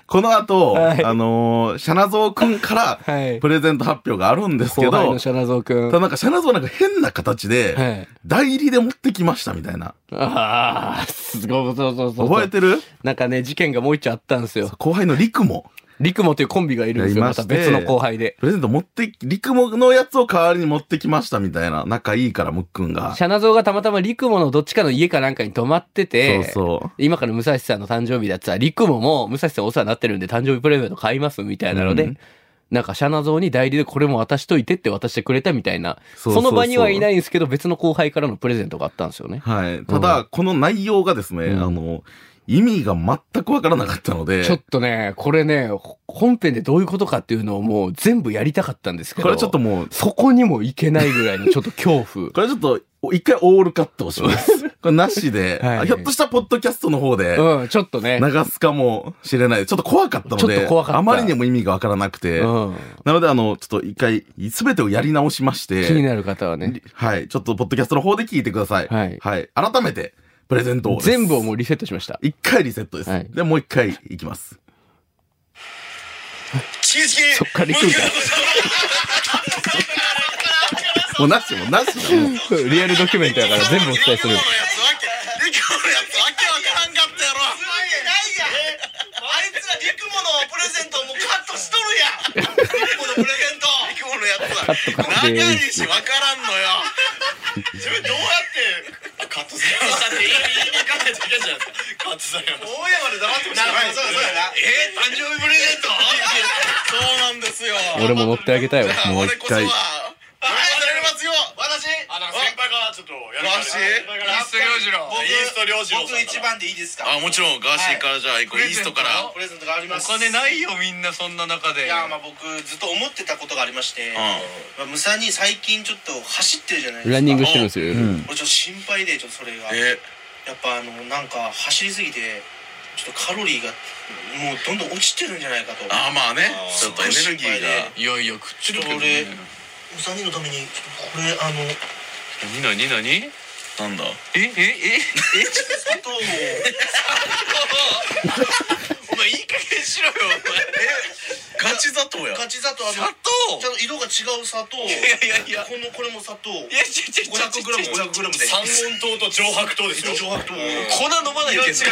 Speaker 3: この後、
Speaker 4: はい
Speaker 3: あのーシャナゾウくんか
Speaker 4: はい
Speaker 3: らプレゼント発表があるんですけ
Speaker 4: 後
Speaker 3: ど、
Speaker 4: 輩のシャナゾウくん。
Speaker 3: ただ
Speaker 4: はい。
Speaker 3: なんかシャナゾウなんか変な形で、代理で持ってきましたみたいな。
Speaker 4: ああ、すごい、そうそうそう。
Speaker 3: 覚えてる
Speaker 4: なんかね、事件がもう一丁あったんですよ。
Speaker 3: 後輩のリクも、
Speaker 4: リクモというコンビがいるんですよ。
Speaker 3: い
Speaker 4: ま
Speaker 3: ましたて
Speaker 4: 別の後輩で。
Speaker 3: プレゼント持って、リクものやつを代わりに持ってきましたみたいな。仲いいから、ムックンが。
Speaker 4: シャナゾウがたまたまリクモのどっちかの家かなんかに泊まってて、
Speaker 3: そうそう。
Speaker 4: 今から武蔵さんの誕生日だったら、リクモも武蔵さんお世話になってるんで誕生日プレゼント買いますみたいなので、
Speaker 3: うん
Speaker 4: なんかシャナゾウに代理でこれも渡しといてって渡してくれたみたいな、
Speaker 3: そうそうそう
Speaker 4: の場にはいないんですけど、別の後輩からのプレゼントがあったんですよね。
Speaker 3: はい。ただ、この内容がですね、
Speaker 4: うん
Speaker 3: あの、意味が全くわからなかったので、
Speaker 4: ちょっとね、これね、本編でどういうことかっていうのをもう全部やりたかったんですけど、
Speaker 3: これちょっともう、
Speaker 4: そこにもいけないぐらいのちょっと恐
Speaker 3: 。
Speaker 4: 怖
Speaker 3: これちょっと、一回オールカットをし ます。これなしで、
Speaker 4: はい
Speaker 3: あひょっとしたらポッドキャストの方で、
Speaker 4: うん、ちょっとね。
Speaker 3: 流すかもしれない。ちょっと怖かったの
Speaker 4: ちょっ
Speaker 3: で
Speaker 4: と怖かっ、た
Speaker 3: あまりにも意味がわからなくて、
Speaker 4: うん、
Speaker 3: なので、あの、ちょっと一回、すべてをやり直しまし
Speaker 4: 気に
Speaker 3: て、
Speaker 4: なる方はね。
Speaker 3: はい、ちょっと、ポッドキャストの方で聞いてください。
Speaker 4: はい
Speaker 3: 改めて、プレゼントをです。
Speaker 4: 全部をもうリセットしました。
Speaker 3: 一回リセットです。
Speaker 4: はい
Speaker 3: で、もう一回いきます。
Speaker 7: チキチキ
Speaker 4: そっから行くんか
Speaker 3: もうなしもうなしだもう。
Speaker 4: リアルドキュメントやから全部お伝えする
Speaker 7: 今。のやつわけ今のやつわけわからんかったやろないやあいつらリクモのプレゼントもうカットしとるやんリクモのプレゼントリクモのやつは
Speaker 4: ットカットで
Speaker 7: 長いしわからんのよ自分どうやって カットするのだって言いに行かないといけないじゃんカットされます大山で黙ってもしないそうそうやなえ誕生日プレゼントそうなんです よ
Speaker 4: 俺も乗ってあげたいわ。もう一
Speaker 7: あ
Speaker 4: 回。
Speaker 7: れ忘れますよ私
Speaker 6: あなんか先輩からちょっとや
Speaker 7: ガーシー
Speaker 6: イースト領事のイースト領事の
Speaker 7: 僕一番でいいですかあもちろんガーシーからじゃあ一個イーストからプレゼントがありま
Speaker 6: お
Speaker 7: す
Speaker 6: 金ないよみんなそんな中で
Speaker 8: いやまあ僕ずっと思ってたことがありまして、まあ、ムサに最近ちょっと走ってるじゃないですか
Speaker 4: ランニングしてるんですよ、夜
Speaker 8: 俺ちょっと心配でちょっとそれが
Speaker 7: え
Speaker 8: やっぱあのなんか走りすぎてちょっとカロリーがもうどんどん落ちてるんじゃないかと
Speaker 7: あまあねちょっとエネルギーが
Speaker 6: いやいや食っ
Speaker 8: ちょっと俺ムサにのためにちょっとこれあの
Speaker 6: 何何何え
Speaker 7: なんだ
Speaker 6: え え
Speaker 8: 砂糖を
Speaker 6: お前いい加減しろよ
Speaker 7: ガチ砂糖や
Speaker 8: ガチ砂糖あの
Speaker 6: 砂
Speaker 8: ち
Speaker 6: 糖
Speaker 8: ゃんと色が違う砂糖い
Speaker 6: いやいや
Speaker 8: このこれも砂糖
Speaker 6: いやちょちょちょちょ
Speaker 8: 500g500g で
Speaker 6: 三温糖と上白糖でしょ
Speaker 8: 上
Speaker 6: 粉
Speaker 8: 白糖
Speaker 6: 飲まないけどそ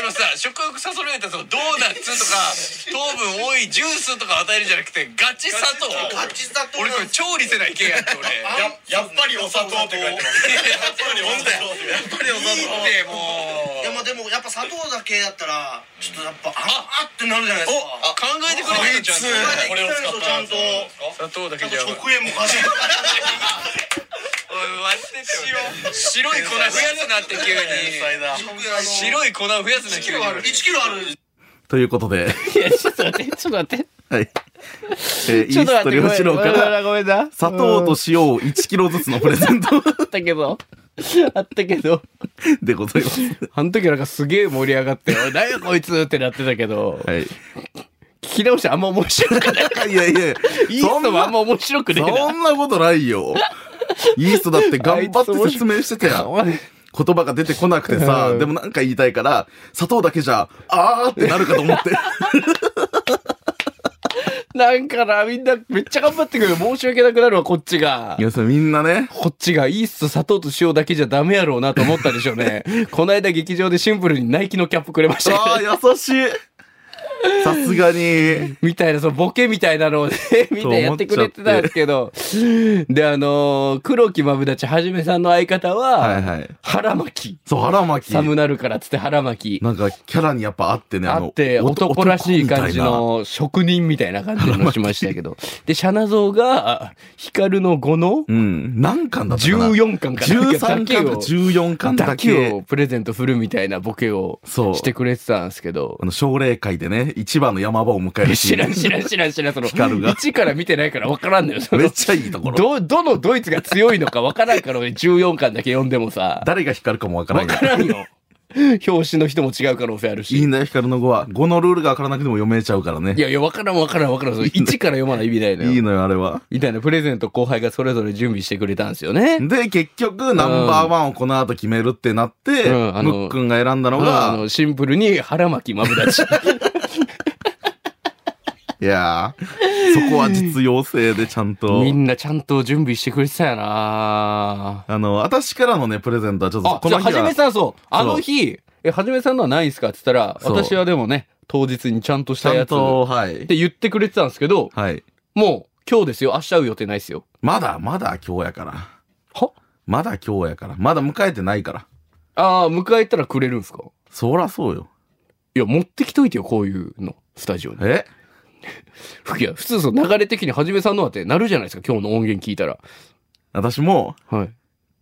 Speaker 6: のさ食欲そそるんやったらそのドーナツとか糖分多いジュースとか与えるんじゃなくてガチ砂糖
Speaker 8: ガチ砂糖
Speaker 6: 俺これ超リセないけんやって俺やっ
Speaker 8: やっぱりお砂糖って書いてます
Speaker 6: ぱり本当ややっぱりお砂糖っても
Speaker 8: いうやまあでもやっぱ砂糖だけだったらちょっとやっぱああってなるじゃないですか
Speaker 6: 考えてくれるじゃんと
Speaker 8: これを使ったやつ
Speaker 6: 砂糖だけじゃ
Speaker 8: 食塩もかし
Speaker 6: お
Speaker 8: ら
Speaker 6: い忘れてよ白い粉増やすなって急に白い粉増やすな急に
Speaker 8: 1キロある
Speaker 3: ということで、
Speaker 4: いや、ちょっと待って、ちょっと待って。
Speaker 3: はい。えー、イ
Speaker 4: ちょ
Speaker 3: ー
Speaker 4: っと待
Speaker 3: スト
Speaker 4: って、
Speaker 3: 両次郎から、
Speaker 4: ごめんな。
Speaker 3: 砂糖と塩を1キロずつのプレゼント
Speaker 4: あったけど。あったけど。
Speaker 3: でございます。
Speaker 4: あの時なんかすげえ盛り上がって、おい、何やこいつってなってたけど、
Speaker 3: はい。
Speaker 4: 聞き直してあんま面白くない。
Speaker 3: いやいや、
Speaker 4: いい人もあんま面白くねえ
Speaker 3: そんなことないよ。イーストだって頑張って説明してたやん。
Speaker 4: な。
Speaker 3: 言葉が出てこなくてさ、
Speaker 4: うん
Speaker 3: でもなんか言いたいから、 砂糖だけじゃ、あーってなるかと思って。
Speaker 4: なんかな、みんなめっちゃ頑張ってくる。申し訳なくなるわ、こっちが
Speaker 3: い。や、それみんなね、
Speaker 4: こっちがイースと砂糖と塩だけじゃダメやろうなと思ったでしょう ね。この間劇場でシンプルにナイキのキャップくれましたよ
Speaker 3: ああ、優しい。さすがに。
Speaker 4: みたいな、そのボケみたいな のをね、みんなやってくれてたんですけど。で、あのー黒木まぶだちはじめさんの相方は、
Speaker 3: はいはい。
Speaker 4: 腹巻
Speaker 3: そう、腹巻
Speaker 4: き。寒
Speaker 3: き。
Speaker 4: なるからっつって腹巻き。
Speaker 3: なんか、キャラにやっぱあってね、
Speaker 4: あ
Speaker 3: の
Speaker 4: って、
Speaker 3: おと
Speaker 4: 男らしい感じ
Speaker 3: 男み
Speaker 4: の職人みたいな感じのしましたけど。で、シャナゾウが、光の5の
Speaker 3: たいな。うん。何巻だったかな
Speaker 4: 14巻かなんかだ
Speaker 3: 13巻
Speaker 4: け
Speaker 3: か
Speaker 4: を、
Speaker 3: 14巻だ
Speaker 4: だけ
Speaker 3: け
Speaker 4: を。プレゼント振るみたいなボケを
Speaker 3: そう
Speaker 4: してくれてたんですけど
Speaker 3: あ。の、奨励会でね、一番の山場を迎えるシ
Speaker 4: 知
Speaker 3: ー
Speaker 4: らん
Speaker 3: ン。
Speaker 4: 知らん知らん知らん、その、
Speaker 3: 光が
Speaker 4: 1から見てないから分からんのよ、その
Speaker 3: めっちゃいいところ。
Speaker 4: ど、どのドイツが強いのか分からんから俺14巻だけ読んでもさ、
Speaker 3: 誰が光るかもわから
Speaker 4: 分
Speaker 3: ない。
Speaker 4: からんよ。表紙の人も違う可能性ある
Speaker 3: いい
Speaker 4: し。
Speaker 3: んだよ、光の語は。語のルールがわからなくても読めちゃうからね
Speaker 4: い。やいや、分からん分からん分からん。その1から読まない意味ないのよ。
Speaker 3: いいのよ、あれは。
Speaker 4: みたいなプレゼント後輩がそれぞれ準備してくれたんですよね。
Speaker 3: で、結局、ナンバーワンをこの後決めるってなって、
Speaker 4: う
Speaker 3: ム
Speaker 4: んあの
Speaker 3: ックンが選んだの
Speaker 4: あ
Speaker 3: が、
Speaker 4: のシンプルに腹巻きまぶ だち。
Speaker 3: いやー、そこは実用性でちゃんと
Speaker 4: み。んなちゃんと準備してくれてたよな
Speaker 3: あの、私からのね、プレゼントはちょっと
Speaker 4: あ、
Speaker 3: こ
Speaker 4: じゃ
Speaker 3: の
Speaker 4: あ
Speaker 3: 日
Speaker 4: はじ
Speaker 3: は
Speaker 4: め、さんそう。あの日、え、はじめさんのはないんすかって言ったら、
Speaker 3: そう
Speaker 4: 私はでもね、当日にちゃんとし
Speaker 3: ち
Speaker 4: た
Speaker 3: ゃ
Speaker 4: や
Speaker 3: ん
Speaker 4: つっ
Speaker 3: と、はい。
Speaker 4: て言ってくれてたんですけど、
Speaker 3: はい。
Speaker 4: もう今日ですよ。明日会う予定ないですよ。
Speaker 3: まだ、まだ今日やから。
Speaker 4: は
Speaker 3: まだ今日やから。まだ迎えてないから。
Speaker 4: ああ、迎えたらくれるんすか
Speaker 3: そらそうよ。
Speaker 4: いや、持ってきといてよ、こういうの。スタジオに。
Speaker 3: え
Speaker 4: いや、普通その流れ的にはじめさんのはってなるじゃないですか、今日の音源聞いたら。
Speaker 3: 私も、
Speaker 4: はい。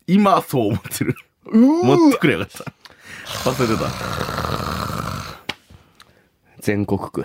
Speaker 3: 今そう思ってる。持ってくれやがった。忘れてた。
Speaker 4: 全国区。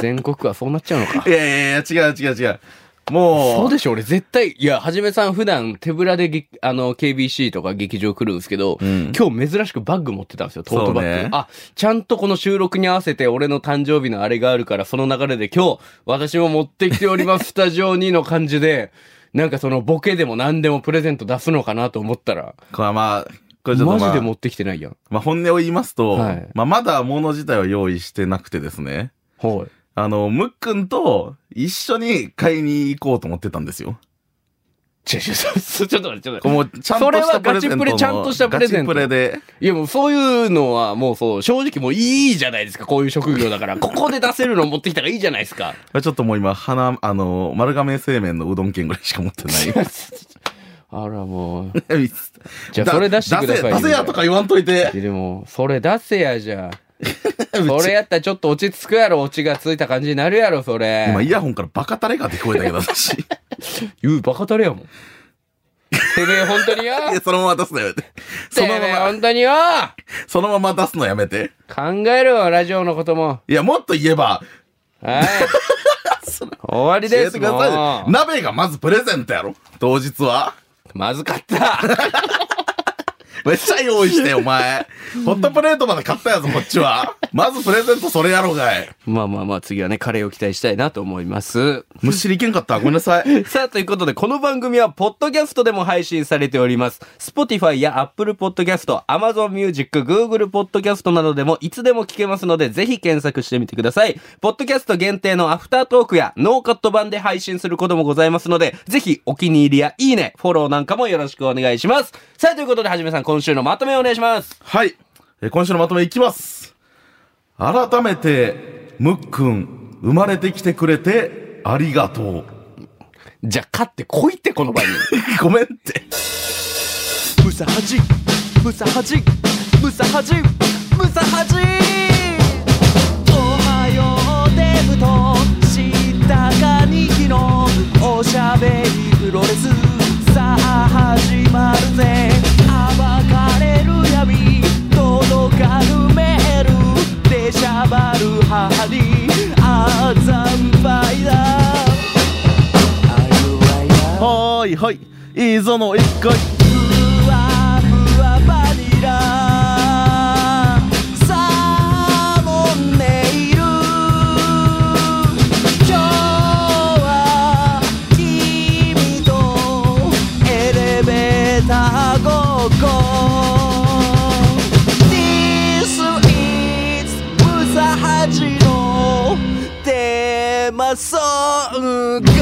Speaker 4: 全国区はそうなっちゃうの か
Speaker 3: い。やいやいや、違う違う違う。
Speaker 4: そ
Speaker 3: も
Speaker 4: う
Speaker 3: う、
Speaker 4: でしょ、俺絶対。いや、はじめさん普段手ぶらでぎ、あの、KBC とか劇場来るんですけど、
Speaker 3: ん
Speaker 4: 今日珍しくバッグ持ってたんですよ、トートバッグ。
Speaker 3: そうね
Speaker 4: あ、ちゃんとこの収録に合わせて俺の誕生日のあれがあるから、その流れで今日、私も持ってきており ます、スタジオにの感じで、なんかそのボケでも何でもプレゼント出すのかなと思ったら、
Speaker 3: これはまあ、これちょっ
Speaker 4: マ
Speaker 3: と、ま
Speaker 4: ジ
Speaker 3: あ
Speaker 4: で、持ってきてないやん。
Speaker 3: まあ本音を言いますと、
Speaker 4: はい
Speaker 3: まあまだ物自体は用意してなくてですね。
Speaker 4: はい。
Speaker 3: あの、ムックンと一緒に買いに行こうと思ってたんですよ。
Speaker 4: ちょ、ちょ、 ちょちょっと待って、ちょっと
Speaker 3: こう
Speaker 4: 待っ
Speaker 3: もうちゃんとしたプレゼン
Speaker 4: それは
Speaker 3: トの
Speaker 4: ガチプレちゃんとしたプレゼント
Speaker 3: ガチプレで。
Speaker 4: て。いや、もうそういうのはもうそう、正直もういいじゃないですか、こういう職業だから。ここで出せるの持ってきたらいいじゃないです か。
Speaker 3: まあちょっともう今、花、あの、丸亀製麺のうどん券ぐらいしか持ってない。
Speaker 4: あらもう。 じ
Speaker 3: じ
Speaker 4: ゃあそれ出してくださいよ
Speaker 3: 出せ、出せやとか言わんといて。
Speaker 4: いやでも、それ出せやじゃあ。 それやったらちょっと落ち着くやろ、落ちがついた感じになるやろ、それ。
Speaker 3: 今、イヤホンからバカタレがって聞こえたけど、私。 い
Speaker 4: 言う、バカた れやもん。てめえ、本当によ
Speaker 3: や、そのまま出すのやめて。そ
Speaker 4: て
Speaker 3: の
Speaker 4: めえ、
Speaker 3: まま、
Speaker 4: 本当によ
Speaker 3: そのまま出すのやめて。
Speaker 4: 考えろよ、ラジオのことも。
Speaker 3: いや、もっと言えば、
Speaker 4: はい。 終わり
Speaker 3: 教
Speaker 4: で
Speaker 3: え
Speaker 4: す
Speaker 3: てく
Speaker 4: も
Speaker 3: ださい。
Speaker 4: ん。
Speaker 3: 鍋がまずプレゼントやろ当日は。
Speaker 4: まずかった。
Speaker 3: めっちゃ用意して、お前。ホットプレートまで買ったやぞ、こっちは。まずプレゼントそれやろうがい。
Speaker 4: まあまあまあ、次はね、カレーを期待したいなと思います。
Speaker 3: むしりいけんかった。ごめんなさい。
Speaker 4: さあ、ということで、この番組は、ポッドキャストでも配信されております。Spotify や Apple Podcast、Amazon Music、Google Podcast などでも、いつでも聞けますので、ぜひ検索してみてください。ポッドキャスト限定のアフタートークや、ノーカット版で配信することもございますので、ぜひ、お気に入りやいいね、フォローなんかもよろしくお願いします。さあ、ということで、はじめさん、今週のまとめをお願いします。
Speaker 3: はい。えー今週のまとめいきます。改めて、むっくん、生まれてきてくれて、ありがとう。
Speaker 4: じゃあ、勝ってこいって、この場に。
Speaker 3: ごめんって。
Speaker 1: ムサハジムサハジムサハジムサハジおはようデブとしたかにきのおしゃべりプロレスさあ始まるぜ暴かれる闇届かぬメールでしゃばる母にあざんぱいだ
Speaker 3: はーいはい。いいぞの一回。
Speaker 1: ふわふわバニラサーモンネイル今日は君とエレベーターごっこ This is ムサハジのデまそう